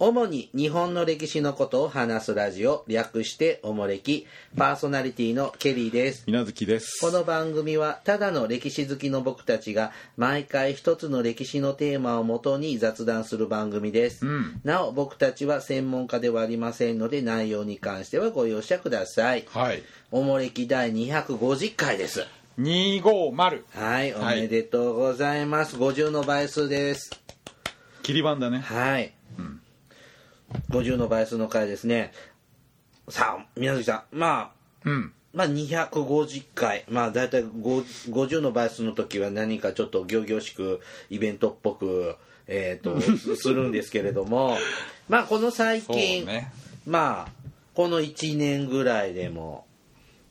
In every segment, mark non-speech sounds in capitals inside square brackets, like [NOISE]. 主に日本の歴史のことを話すラジオ略しておもれきパーソナリティのケリーです稲月ですこの番組はただの歴史好きの僕たちが毎回一つの歴史のテーマをもとに雑談する番組です、うんなお僕たちは専門家ではありませんので内容に関してはご容赦くださいはいおもれき第250回です250はいおはいめでとうございます、50の倍数です切り番だねはい、50の倍数の回ですねさあ宮崎さんまあうんまあ250回まあ大体5 50の倍数の時は何かちょっと仰々しくイベントっぽくえ [LAUGHS] ー、とすするんですけれどもまあこの最そう近、ねまあこの1年ぐらいでも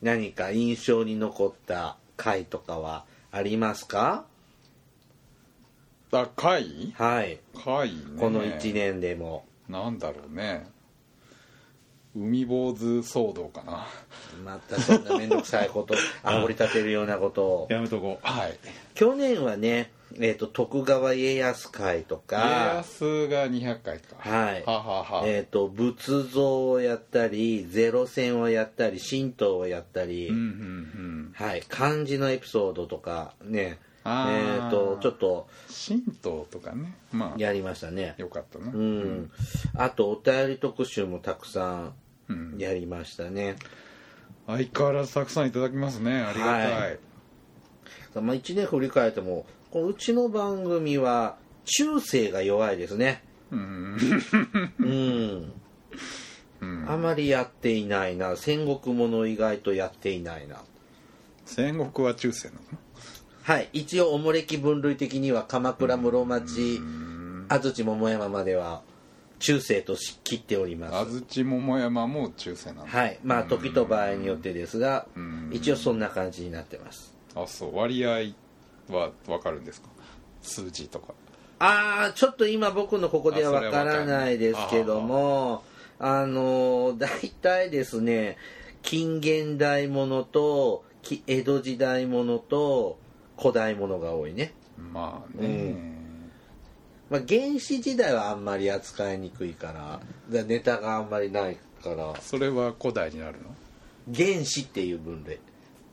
何か印象に残った回とかはありますかあ回はい回ねこの1年でも、なんだろうね海坊主騒動かなまたそんな面倒くさい [LAUGHS] ことあり立てるようなことをやめとこうはい去年はね、えー、と徳川家康会と家か、康が200回かはいはははえー、と仏像をやったりゼロ戦をやったり神道をやったり、うんうんうんはい、漢字のエピソードとかねえあー、ーとちょっと神道とかねまあやりましたねよかったなうん、あとお便り特集もたくさんやりましたね、相変わらずたくさんいただきますねありがたはいまあ、1年振り返ってもこのうちの番組は中世が弱いですねうんうん、あまりやっていないな戦国もの意外とやっていないな戦国は中世なのはい一応おもれき分類的には鎌倉室町安土桃山までは中世とし切っております安土桃山も中世なのはいまあ時と場合によってですが一応そんな感じになってますあそう割合は分かるんですか数字とかああちょっと今僕のここではあそれわはからないですけどもあのー大体ですね近現代ものとき江戸時代ものと古代ものが多いね、まあね、まあ、原始時代はあんまり扱いにくいからだネタがあんまりないからそれは古代になるの原始っていう分類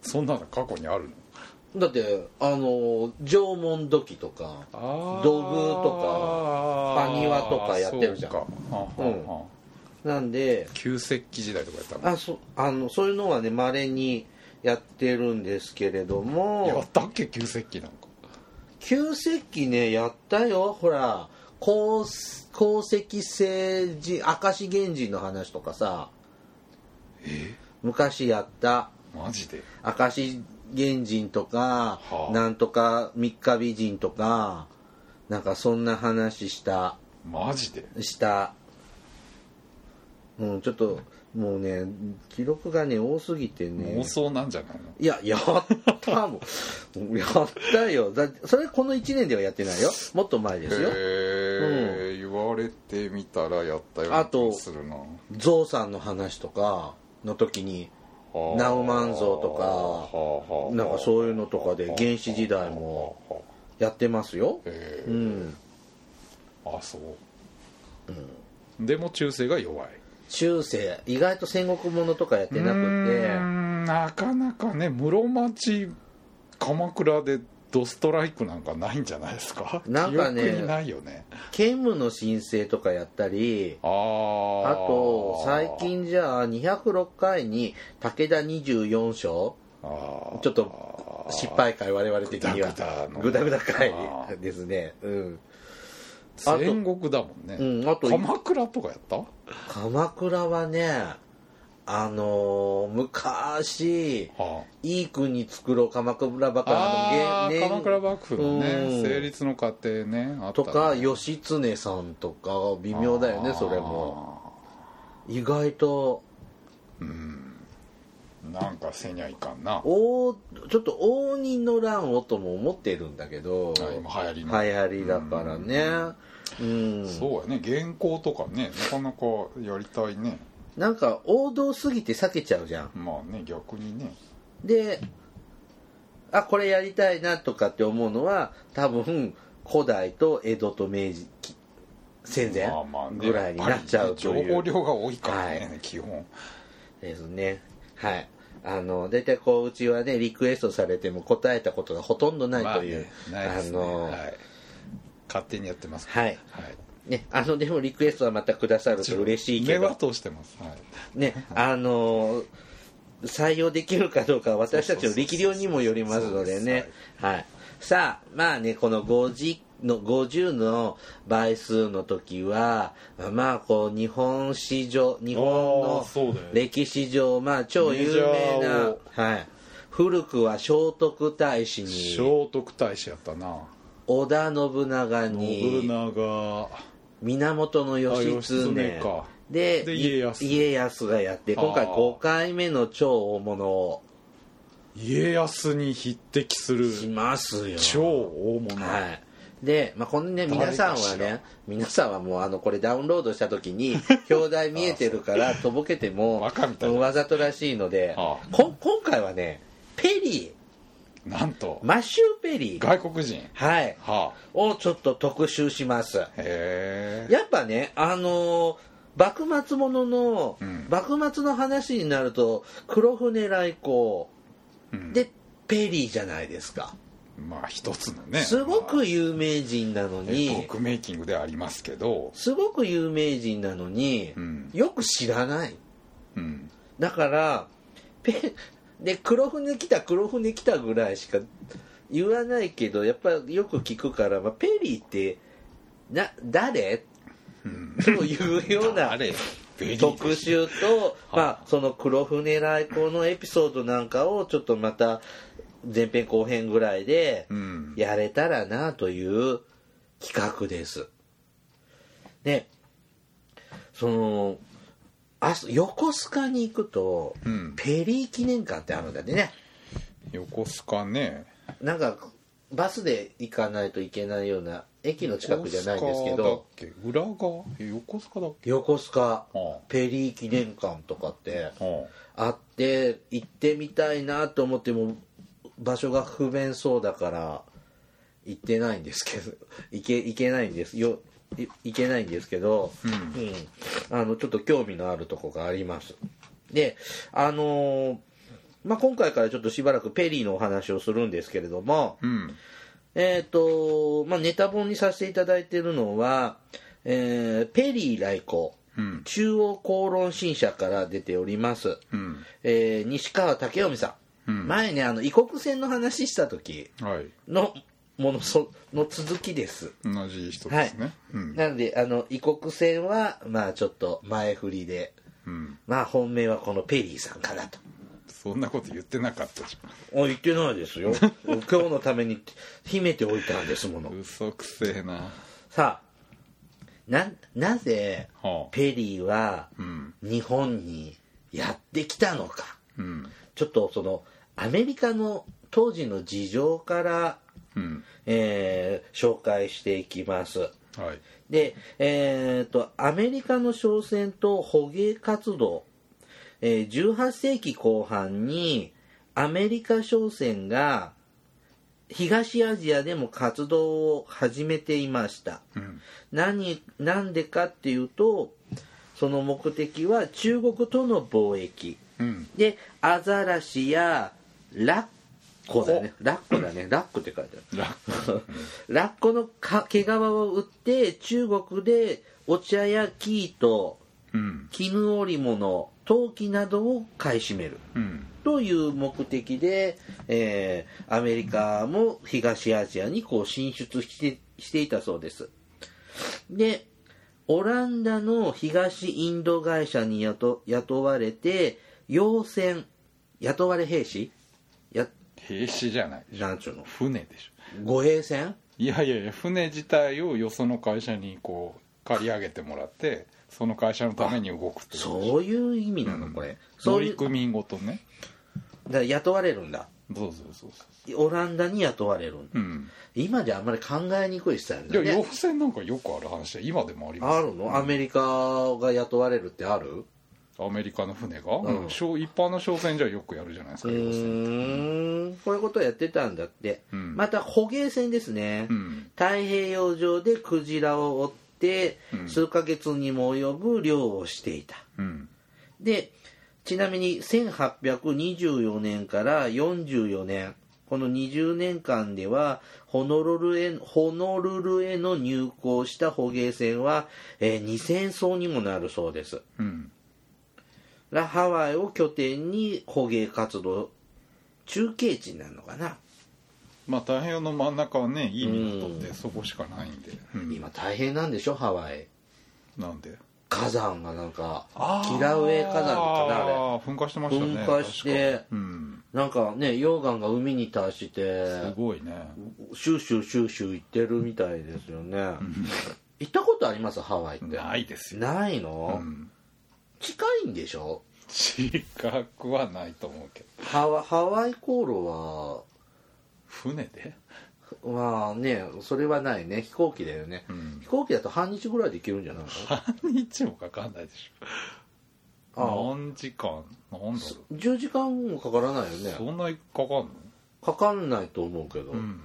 そんなの過去にあるのだってあのー縄文土器とかあー土偶とか埴輪とかやってるじゃんそうかはあはあはあなんで旧石器時代とかやったのあそあのそういうのはねまれにやってるんですけれどやもったっけ旧石器なんか旧石器ねやったよほら鉱石鉱石製人明石源氏の話とかさ昔やったマジで明石源人とか、はあなんとか三日美人とかなんかそんな話したマジでしたもうちょっともうね記録がね多すぎてね妄想なんじゃないのいや、やったもん。 [LAUGHS] やったよ。だってそれこの1年ではやってないよ。もっと前ですよ。へえ言われてみたらやったようなあ気とがするなゾウさんの話とかの時に、はあナウマンゾウとかはあはあなんかそういうのとかで原始時代もやってますよ。へうえん。あそう、でも中世が弱い中世、意外と戦国ものとかやってなうーくて、んなかなかね室町鎌倉でドストライクなんかないんじゃないですかなんかね記憶にないよね兼務の申請とかやったり、あああと、最近じゃあ206回に武田24章、あーちょっと失敗回我々的にはグダグダのグダグダ回あーですねうん、あと戦国だもんね、うん、あと鎌倉とかやった鎌倉はねあのー昔あいい国作ろう鎌倉幕府あのーげ鎌倉幕府のねうん成立の過程ねあったねとか義経さんとか微妙だよねそれも意外となんかせにゃいかんなおちょっと応仁の乱をとも思ってるんだけどあ今流行り流の行りだからねうんそうやね原稿とかねなかなかやりたいねなんか王道すぎて避けちゃうじゃんまあね逆にねであこれやりたいなとかって思うのは多分古代と江戸と明治き戦前まあまあねぐらいになっちゃうとやっいぱり情報う量が多いからね、は基本ですねはいあの大体こううちはねリクエストされても答えたことがほとんどないという、まあねないですねのはい、勝手にやってますからはいね、あのでもリクエストはまたくださると嬉しいけ目はど、通してます、はい、ね、あの採用できるかどうかは私たちの力量にもよりますのでねはいさあまあねこの50の50の倍数の時はまあこう日本史上日本あーのそうだよね歴史上まあ超有名メジなャ、はい、古くは聖徳太子聖に徳太子やったな織田信長信に長源義あ経義経かででい家康家康がやって今回あー5回目の超大物を家康に匹敵するしますよ超大物、はいで、まあ、このね皆さんは誰ね皆さんはもうあのこれダウンロードした時 [LAUGHS] に表題見えてるからとぼけてもバカみたいなわざとらしいのであこ今回はねペリなんとーマシュー・ペリー、外国人はい、はをちょっと特集しますあへえやっぱね、あのー幕末ものの、うん幕末の話になると黒船来航うんでペリーじゃないですか、まあ一つのねすごまあく有名人なの英に国メイキングではありますけどすごく有名人なのに、うんよく知らないうんだからペで黒船来た黒船来たぐらいしか言わないけどやっぱよく聞くから、まあペリーってな誰うんというような [LAUGHS] あれベリー特集と、はいまあ、その黒船来航のエピソードなんかをちょっとまた前編後編ぐらいでうんやれたらなという企画です。でそのあ横須賀に行くと、うんペリー記念館ってあるんだってね横須賀ねなんかバスで行かないといけないような駅の近くじゃないんですけど横須賀だっけ裏側え横須賀だっけ横須賀あペリー記念館とかって。あああって行ってみたいなと思っても場所が不便そうだから行ってないんですけど [LAUGHS] 行け行けないんですよい行けないんですけど、うんあのちょっと興味のあるとこがありますであのーまあ、今回からちょっとしばらくペリーのお話をするんですけれども、うんえっ、と、まあ、ネタ本にさせていただいているのは、えーペリー来航、うん中央公論新社から出ております、うんえー西川武臣さん、前ねあの異国船の話した時はいのものその続きです、同じ人ですね、はいうんなのであの異国船はまあちょっと前振りでうんまあ本命はこのペリーさん [LAUGHS] からとそんなこと言ってなかったじあ言ってないですよ [LAUGHS] 今日のために秘めておいたんですもゃのん嘘くせえなさあななぜはあペリーはうん日本にやってきたのかうんちょっとそのアメリカの当時の事情からうんえー紹介していきます。はいで、えーとアメリカの商船と捕鯨活動、えー18世紀後半にアメリカ商船が東アジアでも活動を始めていました。うん何なんでかっていうとその目的は中国との貿易うんでアザラシやラッコだねラッコだねラッコって書いてあるラッラッコのか毛皮を売って中国でお茶や生糸うん絹織物陶器などを買い占めるうんという目的で、えーアメリカも東アジアにこう進出してしていたそうですでオランダの東インド会社に雇雇われて洋船雇われ兵士や兵士じゃないなんちゅうの船でしょ護衛船いやいやいや船自体をよその会社にこう借り上げてもらってその会社のために動くってことでしょそういう意味なのこれ、そうい乗うだか組員ごとねら雇われるんだそうそうそうそオランダに雇われるんだううん今じゃあんまり考えにくいスタイルいだやね洋服船なんかよくある話で今でもありますあるのアメリカが雇われるってあるアメリカの船が、んうん小一般の商船じゃよくやるじゃないですうか要するにーんこういうことをやってたんだって、うんまた捕鯨船ですね、うん太平洋上でクジラを追って、うん数ヶ月にも及ぶ漁をしていたうんでちなみに1824年から44年この20年間ではホノルルへホノルルへの入港した捕鯨船は、えー2000艘にもなるそうですうんラハワイを拠点に捕鯨活動中継地になるのかな、まあ太平洋の真ん中はねいい港っうてそこしかないんで、うん今大変なんでしょハワイなんで火山がなんかキラウェイ火山かなあれあー噴火してましたね噴火して確かうんなんかね溶岩が海に達してすごいねシューシューシューシュー行ってるみたいですよね行ったことありますハワイってないですよ、ないうの、ん、近いんでしょ近くはないと思うけどハワハワイ航路は船でまあねそれはないね飛行機だよね、うん飛行機だと半日ぐらいで行けるんじゃないの半日もかかんないでしょああ何時間なんだろ10時間もかからないようそねんなにかかんのかかんないと思うけど、うん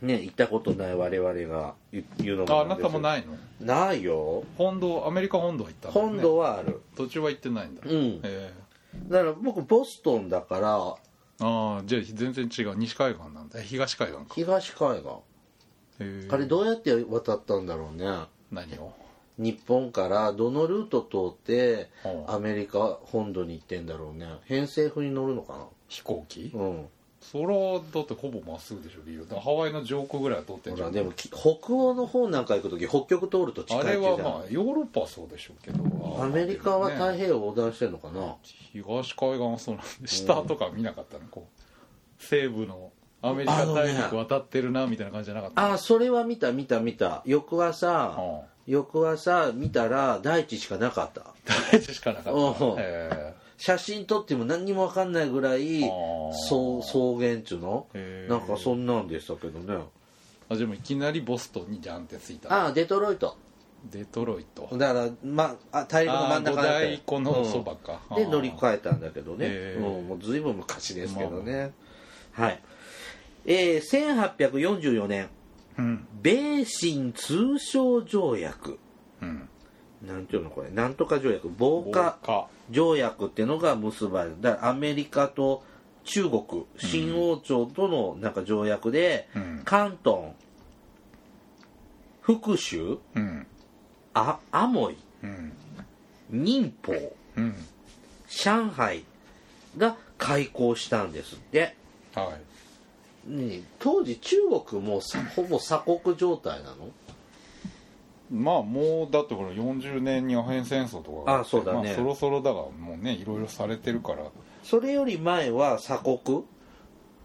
ね行ったことない我々が言う言うのあもあなたもいないのないよ本土アメリカ本土は行ったんだよね本土はある、途中は行ってないんだうへんえだから僕ボストンだからああじゃあ全然違う西海岸なんだえ東海岸か東海岸へえあれどうやって渡ったんだろうね何を日本からどのルート通ってはあアメリカ本土に行ってんだろうね偏西風に乗るのか飛行機なうんそれはだってほぼまっすぐでしょ理由だからハワイの上空ぐらいは通ってんほじゃらんでもき北欧の方なんか行く時北極通ると近いあってれ言うはじゃんまあヨーロッパはそうでしょうけどアメリカは太ね平洋を横断してるのかな東海岸はそうなんで下とか見なかったのこう西部のアメリカ大陸渡ってるなみたいな感じじゃなかったああそれは見た見た見た翌朝うん翌朝見たら大地しかなかった大地しかなかったうんへ写真撮っても何にも分かんないぐらいあーそう草原っちゅうのへーなんかそんなんでしたけどねあでもいきなりボストンにジャンって着いたああデトロイトデトロイトだから、まあ、大陸の真ん中五だったよ大湖のそばかうんで乗りえ換えたんだけどね、へーうん、もう随分昔ですけどね、はいえー、1844年うん米新通商条約うんなんていうのこれなんとか条約防火か条約ってのが結ばれただからアメリカと中国新王朝とのなんか条約で、うん関東福州うんあアモイうん寧波うん上海が開港したんですって、はいね当時中国もさほぼ鎖国状態なのまあもうだってほら40年にアヘン戦争とかがっあてそうだねまあ、そろそろだがもうねいろいろされてるからそれより前は鎖国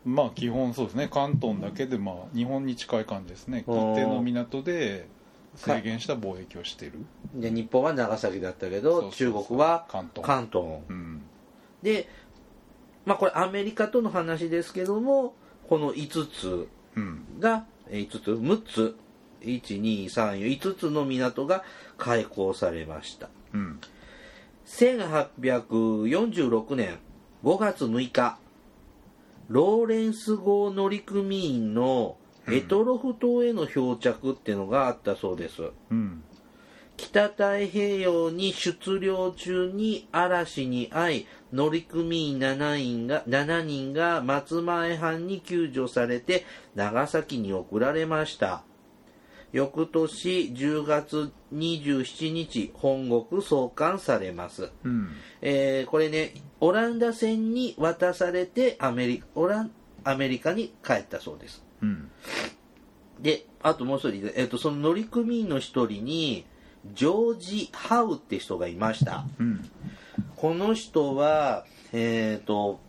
まあ基本そうですね関東だけでまあ日本に近い感じですね一定の港で制限した貿易をしてるで日本は長崎だったけどそうそうそう中国は関東関東うんでまあこれアメリカとの話ですけどもこの5つうんがえー5つ6つ12345つの港が開港されましたうん1846年5月6日ローレンス号乗組員のエトロフ島への漂着っていうのがあったそうです、うん北太平洋に出漁中に嵐に遭い乗組員7人が ,7 人が松前藩に救助されて長崎に送られました翌年10月27日本国送還されますうんえーこれねオランダ船に渡されてアメリオランアメリカに帰ったそうですうんであともう一人、えー、とその乗組員の一人にジョージ・ハウって人がいましたうんこの人はえっ、と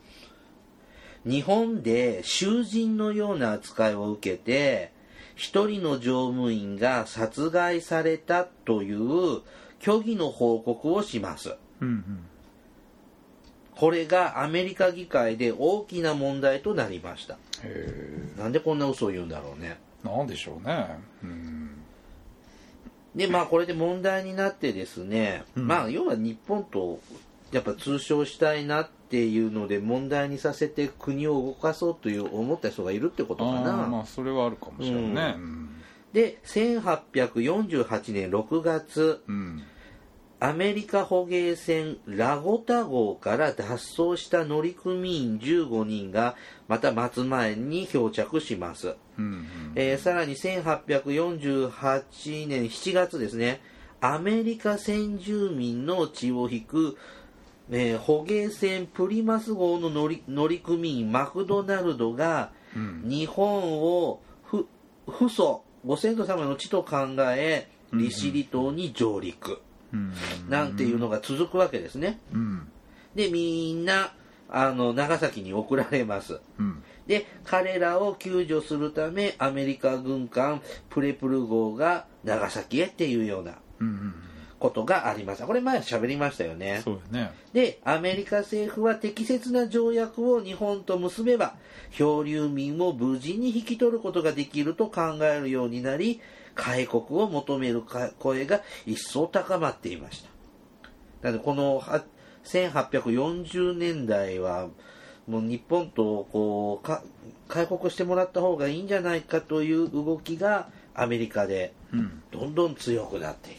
日本で囚人のような扱いを受けて一人の乗務員が殺害されたという虚偽の報告をしますうんこれがアメリカ議会で大きな問題となりましたへえなんでこんな嘘を言うんだろうねなんでしょうねうんでまあこれで問題になってですね、うんまあ要は日本とやっぱ通商したいなっていうので問題にさせて国を動かそうという思った人がいるってことかな、あーまあそれはあるかもしれないねうんで1848年6月うんアメリカ捕鯨船ラゴタ号から脱走した乗組員15人がまた松前に漂着します、うんえーさらに1848年7月ですねアメリカ先住民の血を引く、えー捕鯨船プリマス号の乗り乗組員マクドナルドがうん日本をふ父祖ご先祖様の地と考え利尻島に上陸、うんなんていうのが続くわけですね。うんで、みんな、あの、長崎に送られます。うんで、彼らを救助するため、アメリカ軍艦プレプル号が長崎へっていうようなうんうんことがありました。これ前喋りましたよね。そうだねで、アメリカ政府は適切な条約を日本と結べば、漂流民を無事に引き取ることができると考えるようになり、開国を求めるか声が一層高まっていました。なので、このは1840年代は、もう日本とこうか開国してもらった方がいいんじゃないかという動きがアメリカでうんどんどん強くなっていく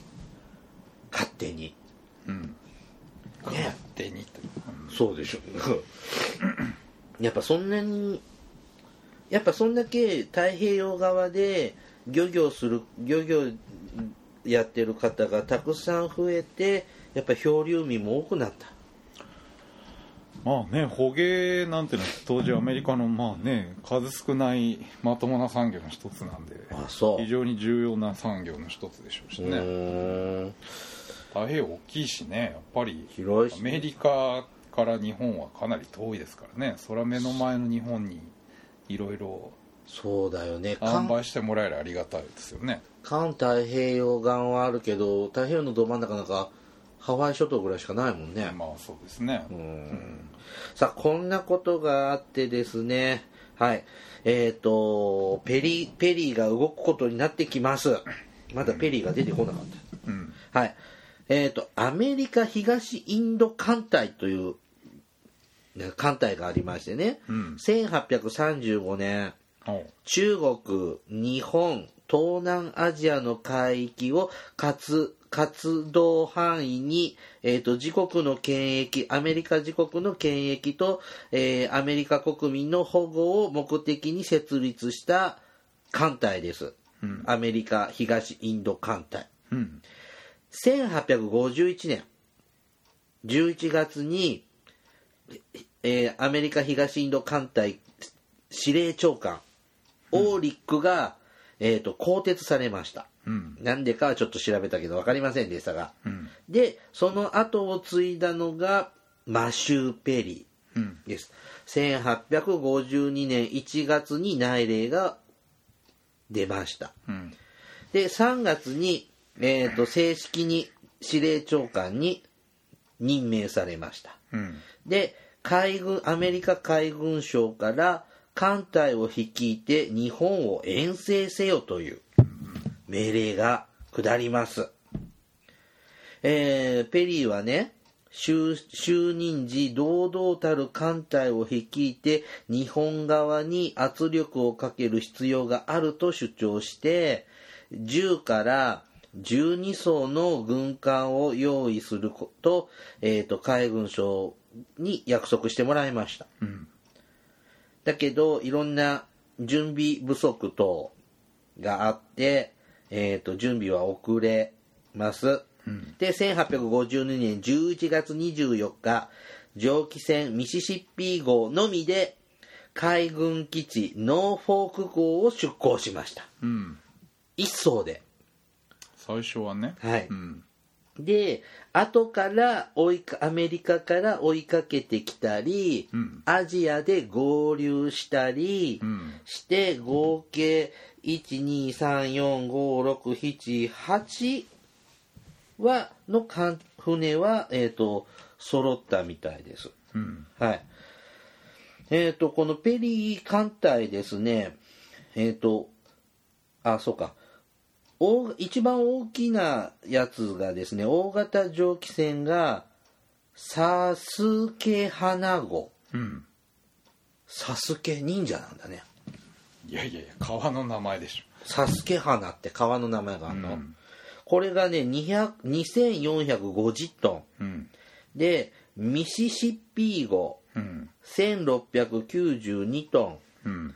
勝手にうんね勝手にとそうでしょやっぱそんなにやっぱそんだけ太平洋側で漁業する漁業やってる方がたくさん増えてやっぱ漂流民も多くなったまあね捕鯨なんてのは当時アメリカのまあね数少ないまともな産業の一つなんであそう非常に重要な産業の一つでしょうしうねーん太平洋大きいしねやっぱり広いアしメリカから日本はかなり遠いですからねそれは目の前の日本にいろいろそうだよね販関売してもらえるありがたいですよね関太平洋岸はあるけど太平洋のど真ん中なんかハワイ諸島ぐらいしかないもんね、まあそうですねうんさあこんなことがあってですねはいえっ、とペリペリーが動くことになってきますまだペリーが出てこなかっうんたはいえっ、とアメリカ東インド艦隊というね艦隊がありましてね、うん1835年おう中国日本東南アジアの海域を活活動範囲に、えー、と自国の権益アメリカ自国の権益と、えーアメリカ国民の保護を目的に設立した艦隊です、うんアメリカ東インド艦隊うん1851年11月に、えーアメリカ東インド艦隊司令長官オーリックが、えー、と更迭されましたうんなんでかはちょっと調べたけど分かりませんでしたがうんでその後を継いだのがマシュー・ペリうんーです1852年1月に内令が出ましたうんで3月に、えー、と正式に司令長官に任命されましたうんで海軍アメリカ海軍省から艦隊を率いて日本を遠征せよという命令が下ります、えーペリーはね就就任時堂々たる艦隊を率いて日本側に圧力をかける必要があると主張して10から12艘の軍艦を用意すること,、えーと海軍省に約束してもらいましたうんだけどいろんな準備不足等があって、えー、と準備は遅れます、で1852年11月24日蒸気船ミシシッピ号のみで海軍基地ノーフォーク号を出港しましたうん一艘で最初はねはいうんで後から追いかアメリカから追いかけてきたり、うんアジアで合流したりうんして、合計123456778はの艦船は、えー、と揃ったみたいです。うんはい。えっ、と、このペリー艦隊ですね、えっ、と、あ、そうか。大一番大きなやつがですね、大型蒸気船が、サスケ花子。うんサスケ忍者なんだね。いやいやいや川の名前でしょサスケ花って川の名前があるの、うんこれがね200 2450トうんンでミシシッピー号うん1692トンうん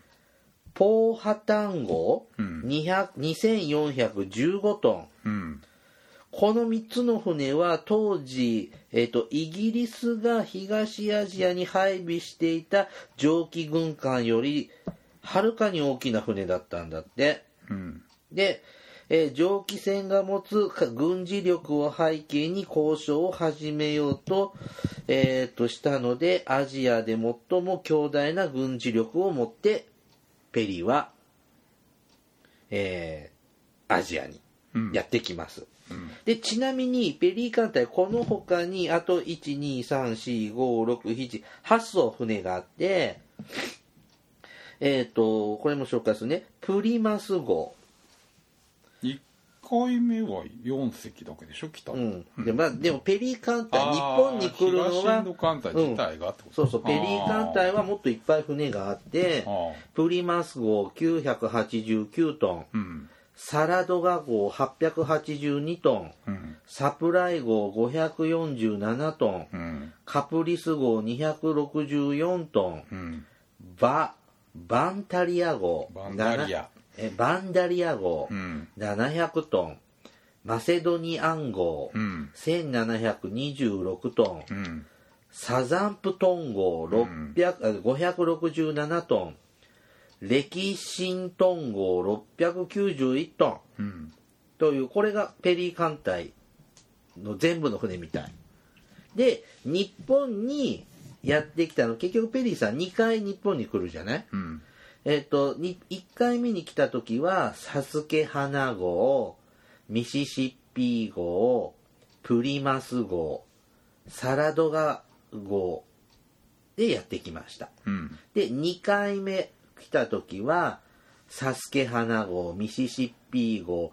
ポーハタン号うん200 2415トンうんこの3つの船は当時、えっとイギリスが東アジアに配備していた蒸気軍艦よりはるかに大きな船だったんだってうんで、えー蒸気船が持つか軍事力を背景に交渉を始めようと,、えーとしたのでアジアで最も強大な軍事力を持ってペリーは、えーアジアにうんやってきます。うんでちなみにペリー艦隊この他にあと1234567 8艘船があってえっ、とこれも紹介するねプリマス号、 1回目は4隻だけでしょ来たうんでまあ、でもペリー艦隊あー日本に来るの東イはンド艦隊自体がってこと、そうそうペリー艦隊はもっといっぱい船があってあーあープリマス号989トンうんサラドガ号882トンうんサプライ号547トンうんカプリス号264トン、うんバ、バンタリア号、バンダリアなえバンダリア号う、ん700トン、マセドニアン号、うん1726トン、うんサザンプトン号600、あ567トン、レキシントン号691トンうんという、これがペリー艦隊の全部の船みたい。で、日本にやってきたの、結局ペリーさん2回日本に来るじゃないうんえっ、と、1回目に来た時は、サスケ花号、ミシシッピー号、プリマス号、サラドガ号でやってきました。うんで、2回目来た時は、サスケ花号、ミシシッピー号、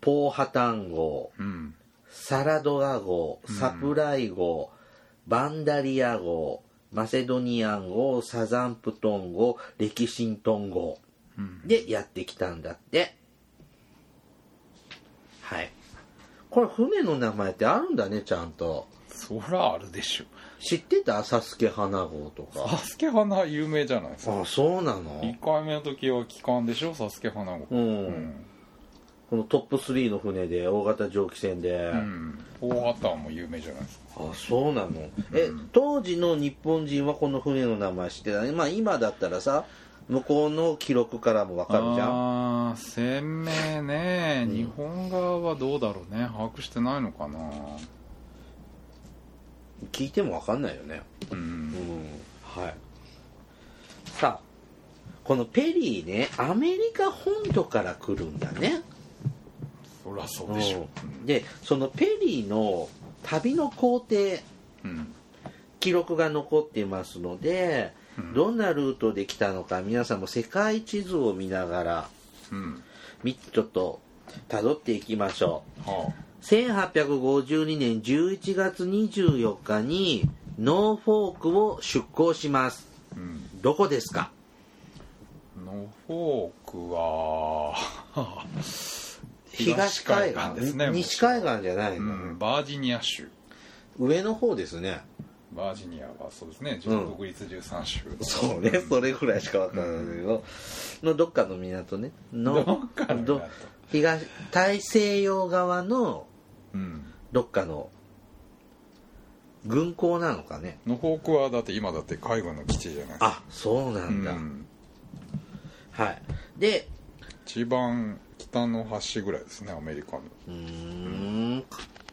ポーハタン号、うんサラドガ号、サプライ号、バンダリア号、マセドニアン号、サザンプトン号、レキシントン号うんでやってきたんだって。はい。これ船の名前ってあるんだね、ちゃんと。そらあるでしょ知ってたサスケ花号とサか。スケ花有名じゃないですかあ、そうなの1回目の時は機関でしょサスケ花子うんこのトップ3の船で、大型蒸気船で。うん大畑も有名じゃないですかあそうなのえ、当時の日本人はこの船の名前知ってたねまあ今だったらさ向こうの記録からもわかるじゃんあー鮮明ね日本側はどうだろうね把握してないのかな聞いてもわかんないよねううんんはいさあこのペリーねアメリカ本土から来るんだねそらそうでしょうんでそのペリーの旅の工程うん記録が残っていますので、うんどんなルートで来たのか皆さんも世界地図を見ながらうんみちょっと辿っていきましょうは1852年11月24日にノーフォークを出港しますあうんどこですかノフォー [LAUGHS] クは東海岸ですね西海岸じゃないもうの、うんバージニア州上の方ですねバージニアはそうですねうん独立13州そうねそれぐらいしかわからないけど、のどっかの港ねのどっかの港ど東大西洋側のうんどっかの軍港なのかねノフォークはだって今だって海軍の基地じゃないですかあそうなんだ、うんはいで一番北の端ぐらいですねアメリカのうーん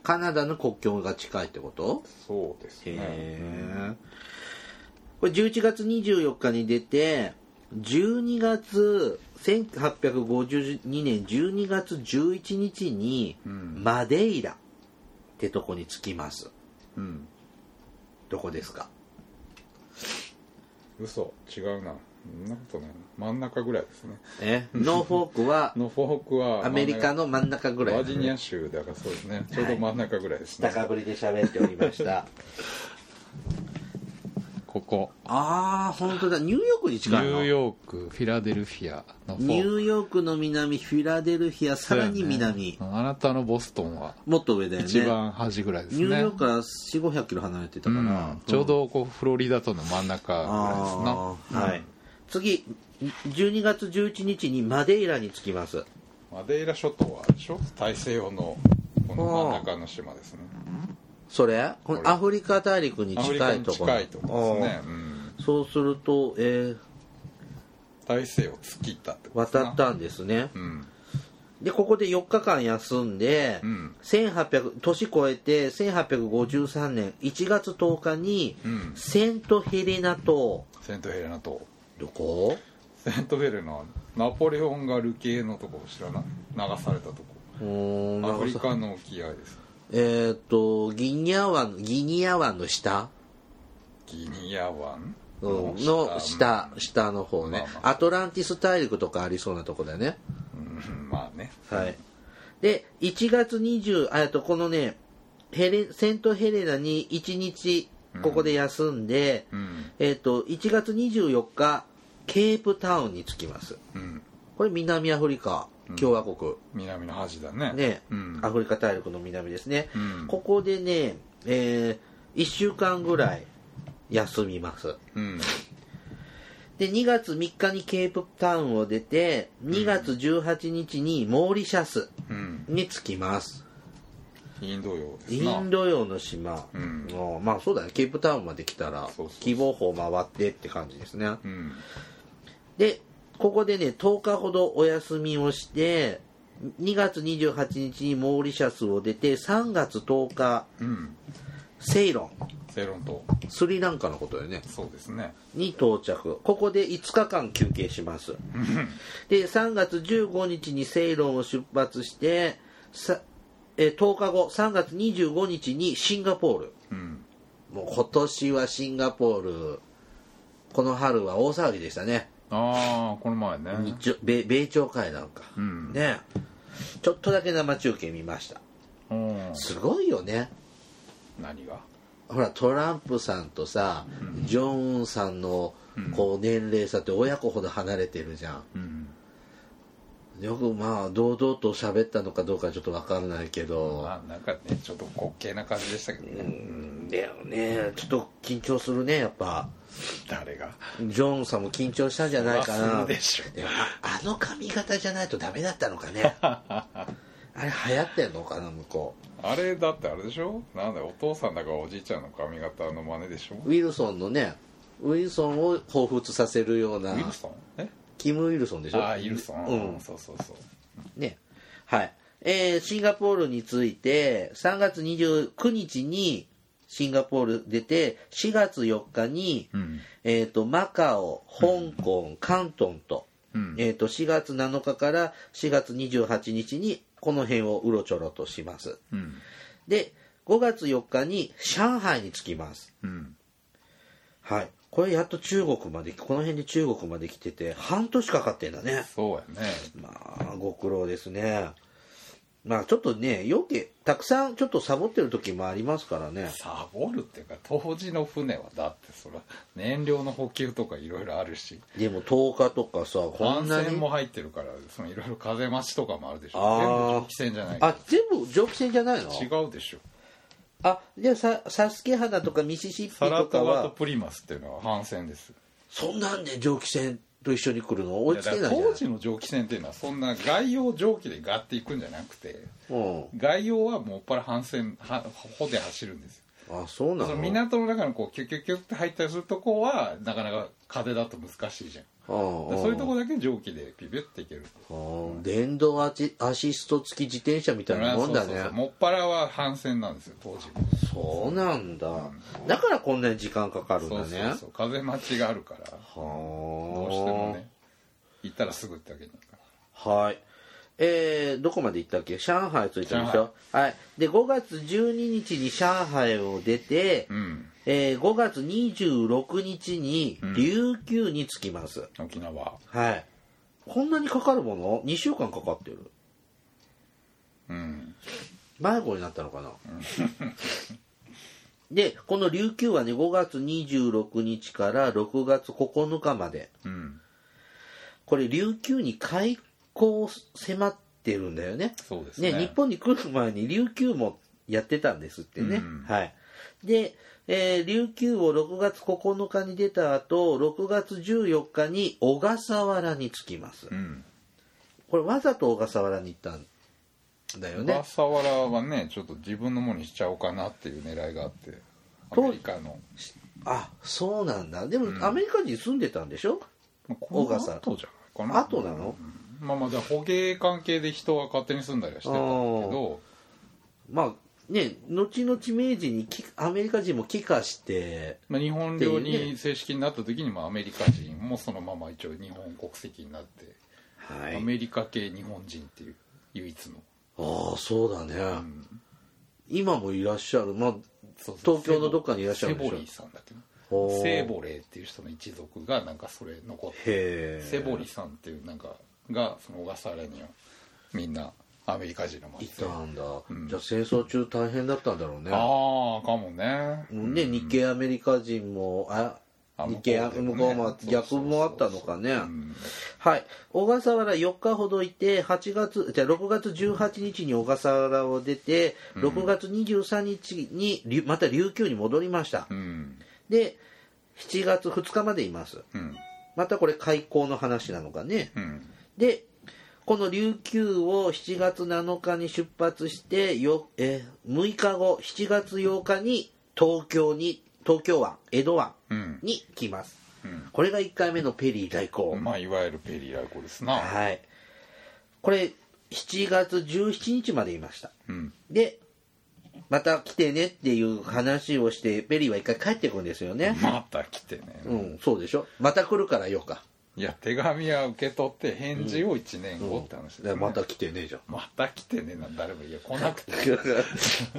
カナダの国境が近いってことそうですへねえこれ11月24日に出て12月1852年12月11日にうんマデイラってとこに着きますうんどこですか嘘違うなそんなことないな真ん中ぐらいですねえ [LAUGHS] ノーフォーク [LAUGHS] はノフォークはアメリカの真ん中ぐ真んら中いバージニア州だからそうですねちょうど真ん中ぐらいですね高ぶりで喋っておりましたここ [LAUGHS] ああ本当だニューヨークにニ近いのューヨークフィラデルフィアの方ニューヨークの南フィラデルフィアさらに南、そうやねあなたのボストンはもっと上だよね一番端ぐらいですニねューヨークから4 5 0 0キロ離れてたうから、ん、ちょうどこうフロリダとの真ん中ぐらいですあーな、はい次12月11日にマデイラに着きますマデイラ諸島はでしょ大西洋のこの真ん中の島ですねそれこれこれアフリカ大陸にアフリカ近いにところ近いところですね、うん、あーそうすると、えー大西洋突き切ったってことですな渡ったんですねうんでここで4日間休んで、うん1800年越えて1853年1月10日に、うんセントヘレナ島セントヘレナ島どこセントヘレナはナポレオンが流刑のとこ知らない流されたとこうーんアフリなんかカの沖合ですえーっとギニア湾ギニア湾の下ギニア湾うんの下下の方ねまあまアトランティス大陸とかありそうなとこだよねうんまあねはいで1月20あえっとこのねヘレセントヘレナに1日ここで休んで、うんえっと1月24日ケープタウンに着きますうんこれ南アフリカ共和国、南の端だねね、うんアフリカ大陸の南ですね、うんここでね、え1週間ぐらい休みますうんで2月3日にケープタウンを出て2月18日にモーリシャスうんに着きますインド洋ですイなンド洋の島、うんおまあそうだねケープタウンまで来たらそうそう希望峰回ってって感じですねうんでここでね10日ほどお休みをして2月28日にモーリシャスを出て3月10日うんセイロセイロン島ンスリランカのことだよねそうですねに到着ここで5日間休憩しますで3月15日にセイロンを出発してさ、えー10日後3月25日にシンガポールうんもう今年はシンガポールこの春は大騒ぎでしたねああこの前ね日米米朝会なんか、うんねちょっとだけ生中継見ましたうんすごいよね何がほらトランプさんとさ、ジョンウンさんのこう年齢差って親子ほど離れてるじゃんうんよくまあ堂々と喋ったのかどうかちょっと分からないけど、まあなんかねちょっと滑稽な感じでしたけどうねん、だよねちょっと緊張するねやっぱ誰がジョンさんも緊張したんじゃないかそりゃなそうでしょでもああの髪型じゃないとダメだったのか [LAUGHS] ねあれ流行ってんのかな向こあれだってあれでしょなんだよお父さんだかおじいちゃんの髪型の真似でしょうウィルソンのねウィルソンを彷彿させるようウなィルソンえキム・ウィルソンでしょああウィルソン、うんそうそうそうねはいえーシンガポールについて3月29日にシンガポール出て4月4日に、うんえー、とマカオ香港広東と,、うんえー、と4月7日から4月28日にこの辺をうろちょろとしますうんで5月4日に上海に着きますうんはいこれやっと中国までこの辺で中国まで来てて半年かかってんだねそうやねまあご苦労ですねまあちょっとねよけたくさんちょっとサボってる時もありますからねサボるっていうか当時の船はだってそら燃料の補給とかいろいろあるしでも10日とかさこ帆んな船にも入ってるからそのいろいろ風待ちとかもあるでしょ全部あー蒸気船じゃないあ全部蒸気船じゃないの違うでしょあじゃあさサスケ花とかミシシッピサラとかトガとはプリマスっていうのは帆船ですそんなんで蒸気船と一緒に来るの追いいやつけなだかいじゃらない当時の蒸気船っていうのはそんな外洋蒸気でガッていくんじゃなくてう外洋はもっぱら帆船は帆で走るんですよんあそうなそのの港の中のこうキュキュキュって入ったりするとこはなかなか風だと難しいじゃんうんうんそういうとこだけ蒸気でピュピュっていけるうん電動アシアシスト付き自転車みたいなもんだそうそうそうねもっぱらは帆船なんですよ当時そうなんだだからこんなに時間かかるんそだうそうねそう風待ちがあるからどうしてもはあね行ったらすぐってわけになるからはい。えーどこまで行ったっけ上海着いたでしょはい。で、5月12日に上海を出て、うんえー5月26日にん琉球に着きます。沖縄はい。こんなにかかるもの ?2 週間かかってる。うん [LAUGHS] 迷子になったのかなでこの琉球はね5月26日から6月9日までうんこれ琉球に開港を迫ってるんだよねそうですねね日本に来る前に琉球もやってたんですってね、うんはいで、えー琉球を6月9日に出た後6月14日に小笠原に着きます、うんこれわざと小笠原に行ったんだよ小ね笠原はねちょっと自分のものにしちゃおうかなっていう狙いがあってアそうメリカのあそうなんだでも、うんアメリカに住んでたんでしょまあ小この笠原後じゃないかな後なのまあまあじゃあ捕鯨関係で人が勝手に住んだりはしてたんだけどまあね後々明治にきアメリカ人も帰化してまあ、日本領っていうにね正式になった時に、まあ、アメリカ人もそのまま一応日本国籍になって、はアメリカ系日本人っていう唯一の、ああそうだね、ん今もいらっしゃるまあそうそう東京のどっかにいらっしゃるんでしょセボリーさんだっけなほうセーボレーっていう人の一族がなんかそれ残ってへえセボリさんっていうなんかがその小笠原にはみんなアメリカ人のもいいてあたんだ、んじゃあ戦争中大変だったんだろうねあーかもねね日系アメリカ人もああ日系向こうで向もねこうも逆もあったのかねはい小笠原4日ほどいて8月じゃあ6月18日に小笠原を出て6月23日にりゅまた琉球に戻りましたうんで7月2日までいますうんまたこれ開港の話なのかねうんでこの琉球を7月7日に出発してよ、えー6日後7月8日に東京に東京湾江戸湾うんに来ます、うんこれが1回目のペリー来航、まあいわゆるペリーライコですなはいこれ7月17日までいましたうんでまた来てねっていう話をしてペリーは1回帰ってくるんですよねまた来てねうんそうでしょまた来るからよかいや手紙は受け取って返事を1年後って話だかでらすまねた来てね [LAUGHS] じゃんまた来てねなん誰もいや来なくて来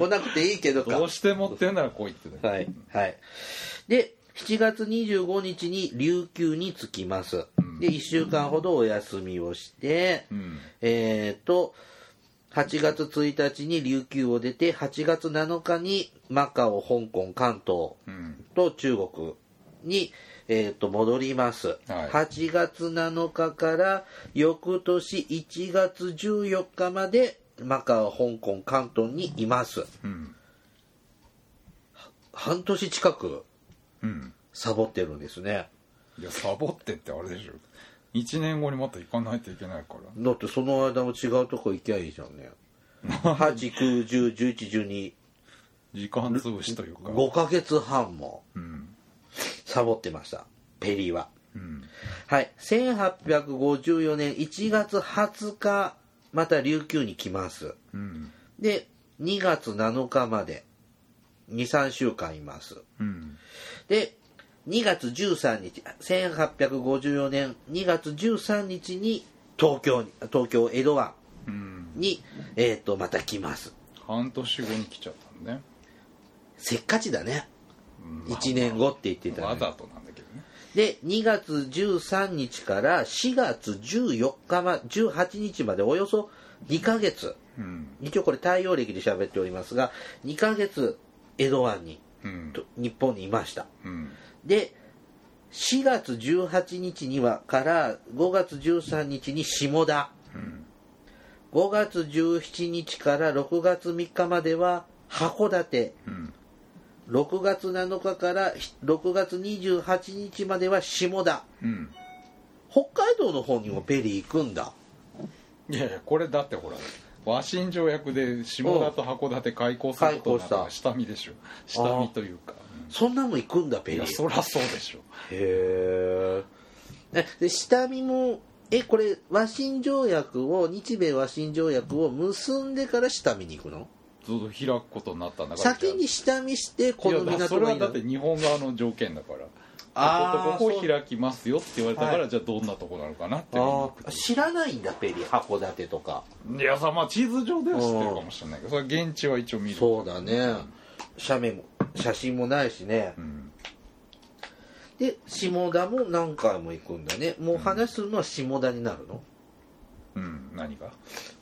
なくていいけどかどうしてもっていうなら来いってだけはい、はい。で、7月25日に琉球に着きます。で、1週間ほどお休みをして、うんえっ、と、8月1日に琉球を出て、8月7日にマカオ、香港、関東うんと中国に、えー、と戻ります、はい8月7日から翌年1月14日までマカオ、香港、関東にいます。うん半年近くうんサボってるんですねいやサボってってあれでしょ1年後にまた行かないといけないからだってその間も違うとこ行きゃいいじゃんね891011112時間潰しというか5ヶ月半もうんサボってましたペリーはうんはい1854年1月20日また琉球に来ますうんで2月7日まで23週間いますうんで2月13日1854年2月13日に東京に東京江戸湾うんに、えー、とまた来ます半年後に来ちゃったんだねせっかちだねうんまあ1年後って言ってた、ねわざとなんだけどねで2月13日から4月14日ま18日までおよそ2ヶ月うん一応これ太陽暦で喋っておりますが2ヶ月江戸湾にうんと日本にいましたうんで4月18日にはから5月13日に下田うん5月17日から6月3日までは函館うん6月7日から6月28日までは下田うん北海道の方にもペリー行くんだいやいやこれだってほら和親条約で下田と函館開港することになったから開港下見でしょ下見というかそんなもん行くんだうんペいリやーそらそうでしょへえで下見もえこれ和親条約を日米和親条約を結んでから下見に行くのずっと開くことになったんだから先に下見してこのいやだ港それがはいいだのって日本側の条件だからあーこことこそこう開きますよって言われたから、はいじゃあどんなとこなのかなっていうのあー知らないんだペリー函館とかいやさまあ地図上では知ってるかもしれないけどそれ現地は一応見るそうだね写メも写真もないしね、んで下田も何回も行くんだねもう話するのは下田になるの、うん何が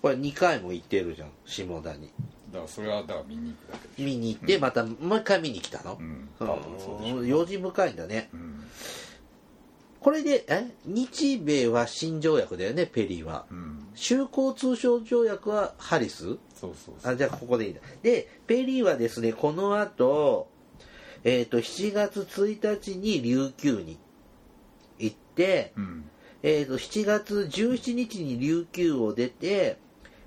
これ2回も行ってるじゃん下田にだからそれはだから見に行くだけでし見に行ってまたもう一回見に来たの、ょうんう多ん分そうでしょう用心深いんだねうんこれでえ日米は新条約だよねペリーはうん修好通商条約はハリスそうそうそうあじゃあここでいいなでペリーはですねこの後、えー、と7月1日に琉球に行って、うんえー、と7月17日に琉球を出て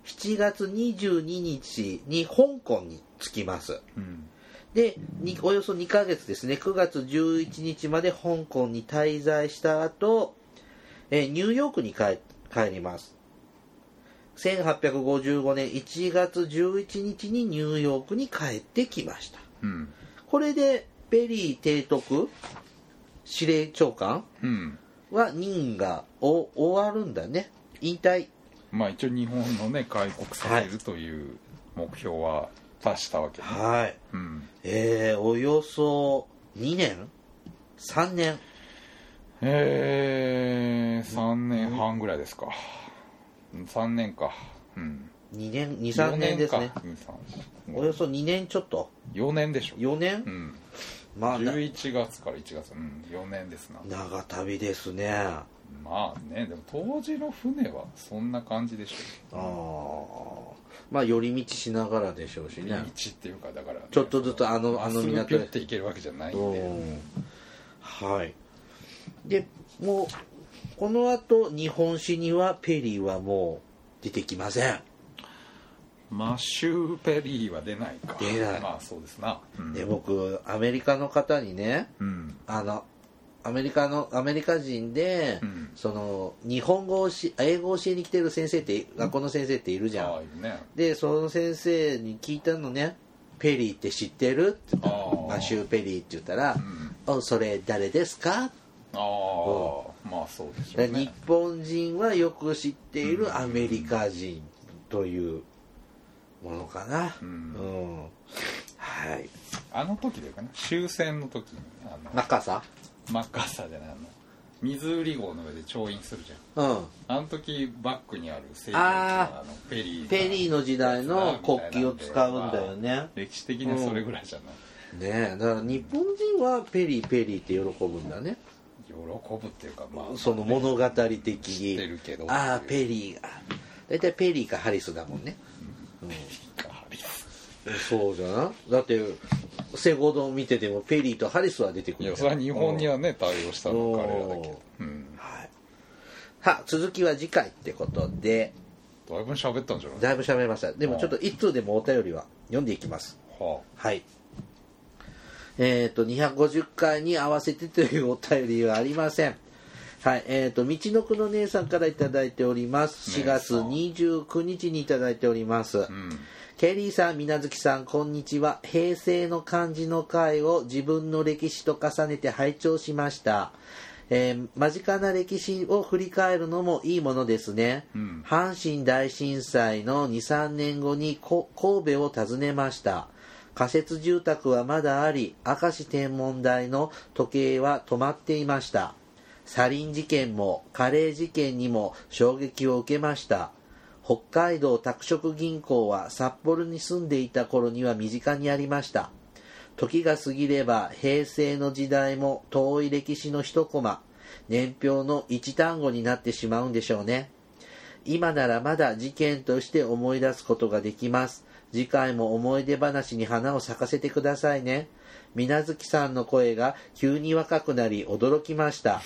7月22日に香港に着きますうんでにおよそ2ヶ月ですね9月11日まで香港に滞在した後、えーニューヨークに帰帰ります1855年1月11日にニューヨークに帰ってきましたうんこれでペリー提督司令長官うんは任がお終わるんだね引退まあ一応日本のね開国させるという目標は達したわけねはいうんえー、およそ2年3年えー、3年半ぐらいですか3年かうん2年23年ですね4年かおよそ2年ちょっと4年でしょ4年、うんまあな11月から1月うん4年ですな長旅ですねあまあねでも当時の船はそんな感じでしあょまあ寄り道しながらでしょうしね道っていうかだから、ちょっとずつあのあの港港ピュでって行けるわけじゃないんうでんはいでもうこのあと日本史にはペリーはもう出てきませんマッシュペリーは出ないか出ないまあそうですなうんで僕アメリカの方にねうんあのアメリカのアメリカ人で、うんその日本語をし英語を教えに来てる先生って学校の先生っているじゃん、ああいうねでその先生に聞いたのね「ペリーって知ってる?」って言ったあのーマシュー・ペリーって言ったらうん「おそれ誰ですか?ああまあそうでし」ょう日ね本人はよく知っているアメリカ人というものかなう、うんんはいあの時だよかな終戦の時にあの中さ真っ赤さじゃないあの水売り号の上で調印するじゃんうんあの時バックにある西洋ああのペリーがペリーの時代の国旗を使うんだよね歴史的にはそれぐらいじゃない、ねえだから日本人はペリーペリーって喜ぶんだね喜ぶっていうかまあその物語的知ってにるけどああペリーが大体ペリーかハリスだもんね、あれそうじゃないだってセゴドン見ててもペリーとハリスは出てくいるやそれは日本にはね対応したのは彼らだけおーど、うん、はいは続きは次回ってことでだいぶ喋ったんじゃないだいぶ喋りましたでもちょっと一通でもお便りは読んでいきますははいえっ、と250回に合わせてというお便りはありませんはいえっ、とみちのくの姉さんから頂いただいております4月29日に頂いただいております、あうんケリーさん、みなずきさん、こんにちは。平成の漢字の回を自分の歴史と重ねて拝聴しました。えー間近な歴史を振り返るのもいいものですね。うん阪神大震災の2、3年後にこ神戸を訪ねました。仮設住宅はまだあり、明石天文台の時計は止まっていました。サリン事件もカレー事件にも衝撃を受けました。北海道拓殖銀行は札幌に住んでいた頃には身近にありました時が過ぎれば平成の時代も遠い歴史の一コマ年表の一単語になってしまうんでしょうね今ならまだ事件として思い出すことができます次回も思い出話に花を咲かせてくださいね水月さんの声が急に若くなり驚きました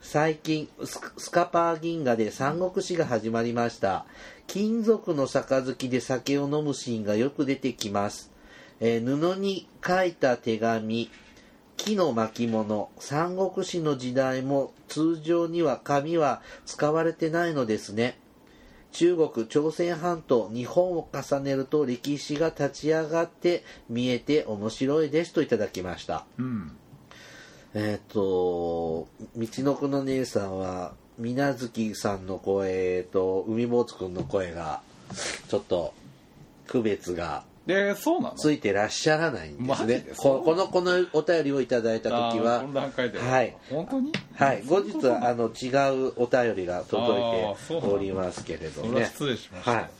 最近ススカパー銀河で三国志が始まりました金属の杯で酒を飲むシーンがよく出てきます、えー布に書いた手紙木の巻物三国志の時代も通常には紙は使われてないのですね中国朝鮮半島日本を重ねると歴史が立ち上がって見えて面白いですといただきましたうんえっ、とみちのくの姉さんは水月さんの声と海坊主くんの声がちょっと区別がえそうなのついてらっしゃらないんですマジねでそうここのこのお便りをいただいた時あーはこの段階でははい本当にはい、後そういうこ日となのあの違うお便りがあー届そういなてんだおりますけれどそもれね。は失礼しました、はい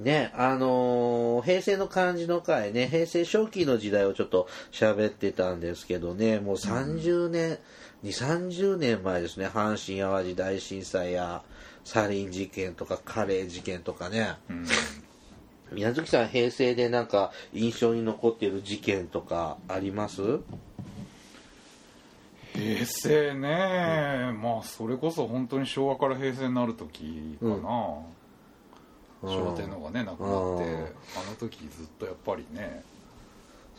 ね、あのー平成の漢字の回ね、平成初期の時代をちょっと喋ってたんですけどね、もう30年、2、30年前ですね、阪神・淡路大震災や、サリン事件とか、カレー事件とかね、うん宮崎さん、平成でなんか印象に残ってる事件とかあります平成ね、まあそれこそ本当に昭和から平成になる時かな、うん昭和天皇がね亡くなって、うんあの時ずっとやっぱりね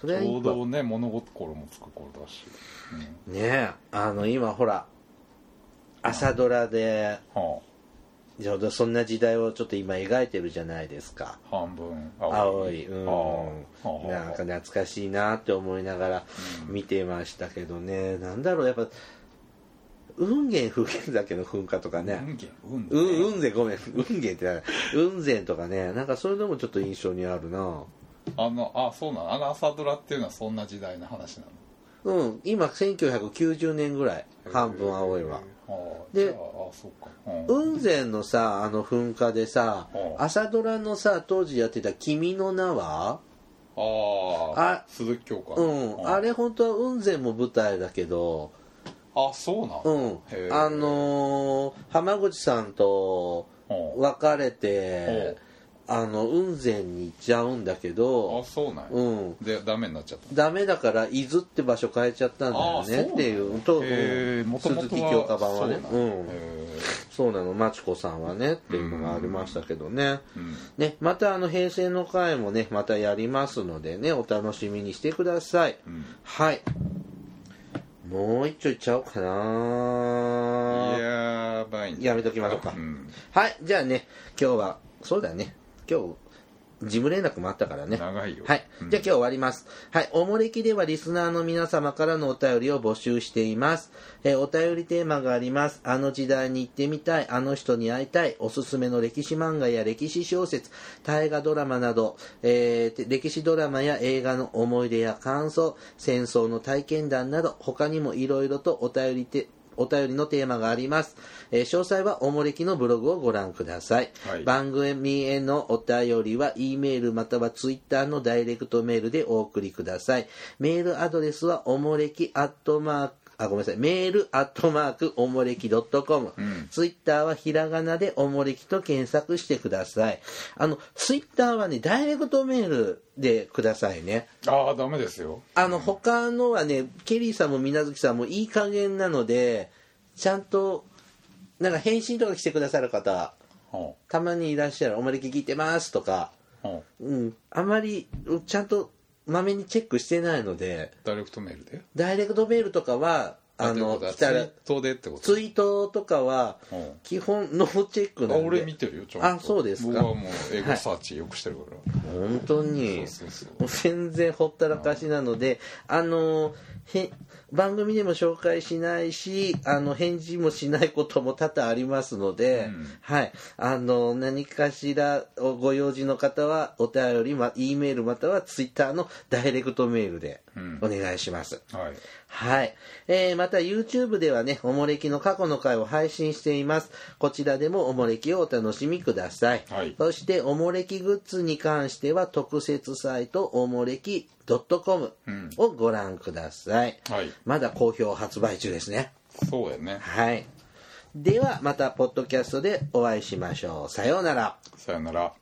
そちれはょ一う個どね物心もつく頃だし、うんねえあの今ほら朝ドラではちょうどそんな時代をちょっと今描いてるじゃないですかあ、半分青いあうあはんあなんか懐かしいなって思いながら見てましたけどねなんだろうやっぱ雲源風景岳の噴火とかね運慶運うん雲仙ごめん雲源ってなんだ雲仙とかねなんかそういうのもちょっと印象にあるなあのあそうなのあの朝ドラっていうのはそんな時代の話なのうん今1990年ぐらい半分青いははあでじゃああそうか、うん雲仙のさあの噴火でさうん朝ドラのさ当時やってた「君の名は」あああ鈴木京香うんあれ本当は雲仙も舞台だけどあそうなうの、んへえあのー浜口さんとうん別れてあの雲仙に行っちゃうんだけあどそうなんや、うんでダメになっちゃったダメだから伊豆って場所変えちゃったんだよねっていうと、えうんもとも鈴と木京香版はねそううなんんやへそうなの真知子さんはねっていうのがありましたけどね、ーうんね、またあの平成の回もね、またやりますのでね、お楽しみにしてください。うんはい。もう一丁いっちゃおうかなやばいねやめときましょうかんはい、じゃあね、今日は、そうだね、今日、事務連絡もあったからね。長いよはい。うんじゃあ今日終わります。はい。おもれきではリスナーの皆様からのお便りを募集しています。えーお便りテーマがあります。あの時代に行ってみたい、あの人に会いたい、おすすめの歴史漫画や歴史小説、大河ドラマなど、えーて歴史ドラマや映画の思い出や感想、戦争の体験談など、他にもいろいろとお便りて、お便りのテーマがあります。えー詳細はおもれきのブログをご覧ください。はい番組へのお便りは、E メールまたは Twitter のダイレクトメールでお送りください。メールアドレスは、おもれきアットマーク、あ、ごめんなさい。メールアットマーク、おもれき .com。ツイッターはひらがなでおもれきと検索してください。あの、ツイッターはね、ダイレクトメールでくださいね。ああダメですよあの、他のはね、ケリーさんも水無月さんもいい加減なので、ちゃんと、なんか返信とかしてくださる方、うんたまにいらっしゃる「おまれき聞いてます」とか、うんうん、あまりうんちゃんとまめにチェックしてないのでダイレクトメールでダイレクトメールとかはあの来来たたららツイートでってことツイートとかはうん基本ノーチェックあなんで俺見てるよちゃんとあそうですか僕はもう英語サーチよくしてるから、本当にそうそうそうもう全然ほったらかしなのであのへ番組でも紹介しないしあの返事もしないことも多々ありますので、うんはい、あの何かしらをご用事の方はお便り、ま、E メールまたは Twitter のダイレクトメールでうんお願いします。はいはい。えー、また YouTube ではね、おもれきの過去の回を配信しています。こちらでもおもれきをお楽しみください。はいそして、おもれきグッズに関しては、特設サイト、おもれき .com うんをご覧ください。はいまだ好評発売中ですね。そうやねはい。では、また、ポッドキャストでお会いしましょう。さようなら。さよなら